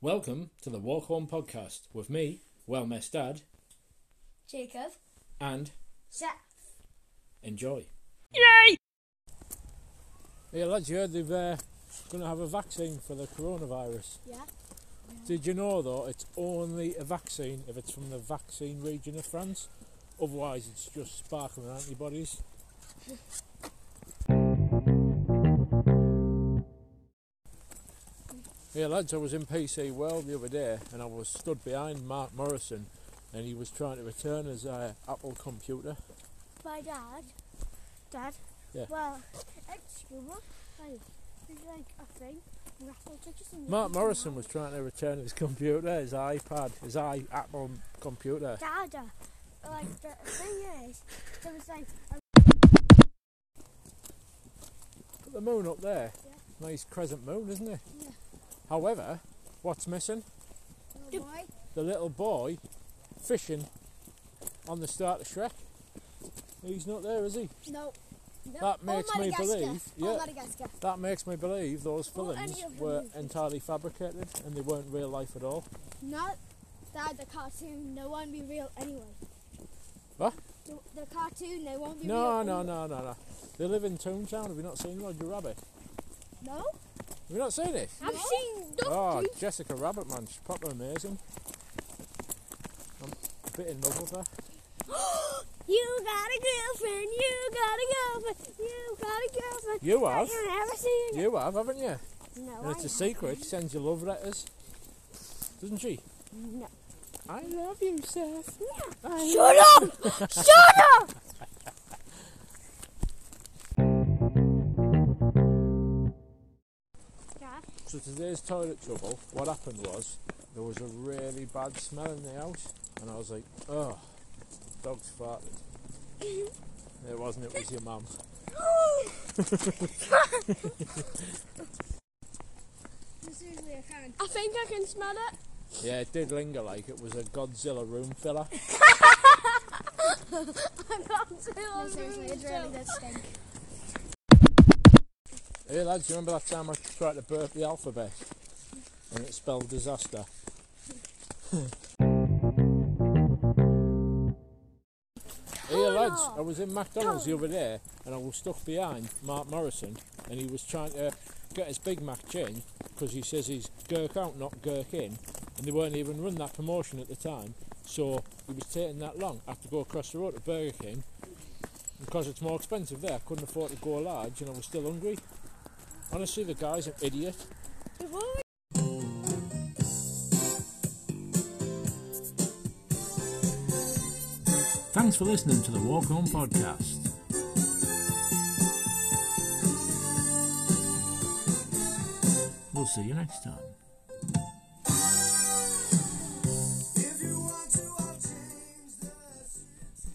Welcome to the Walk Home Podcast with me, Well Messed Dad, Jacob. and Zach. enjoy. Yay! Yeah, lads, you heard they've uh, going to have a vaccine for the coronavirus. Yeah. Did you know though it's only a vaccine if it's from the vaccine region of France? Otherwise, it's just sparkling antibodies. yeah, lads, I was in PC World the other day and I was stood behind Mark Morrison and he was trying to return his uh, Apple computer. My dad. Dad. Yeah. Well, excuse me. Hey, there's like a thing. Raffle tickets and Mark Morrison was trying to return his computer, his iPad, his i Apple computer. Dad. uh, Like the thing is, there was like a Got the moon up there. Nice crescent moon, isn't it? Yeah. However, what's missing? little boy. The little boy fishing on the start of Shrek. He's not there, is he? No. no. That makes me believe. Yeah. Madagascar. That makes me believe those Or any films of the were movies. entirely fabricated and they weren't real life at all. Not that the cartoon, they won't be real anyway. What? The, the cartoon, they won't be No, real. no, anyway. no, no, no. They live in Toontown. Have you not seen Roger Rabbit? No? Have you not seen it? I've seen Oh, Jessica Rabbit, man, she's proper amazing. I'm a bit in love with her. You got a girlfriend. You got a girlfriend. You got a girlfriend. You have, You never seen you have, haven't you? No. And it's a secret. She sends you love letters, doesn't she? No. I love you, Seth. I Shut up! Shut up! So today's toilet trouble, what happened was there was a really bad smell in the house, and I was like, oh, dog's farted. it wasn't. It was your mum. I think I can smell it. Yeah, it did linger like it was a Godzilla room filler. I can't smell it. Hey lads, you remember that time I tried to burp the alphabet and it spelled disaster? hey lads, I was in McDonald's the other day and I was stuck behind Mark Morrison and he was trying to get his Big Mac change because he says he's gurk out, not gurk in, and they weren't even run that promotion at the time, so it was taking that long. I had to go across the road to Burger King because it's more expensive there. I couldn't afford to go large and I was still hungry. Honestly, the guy's an idiot. Thanks for listening to the Walk Home Podcast. We'll see you next time.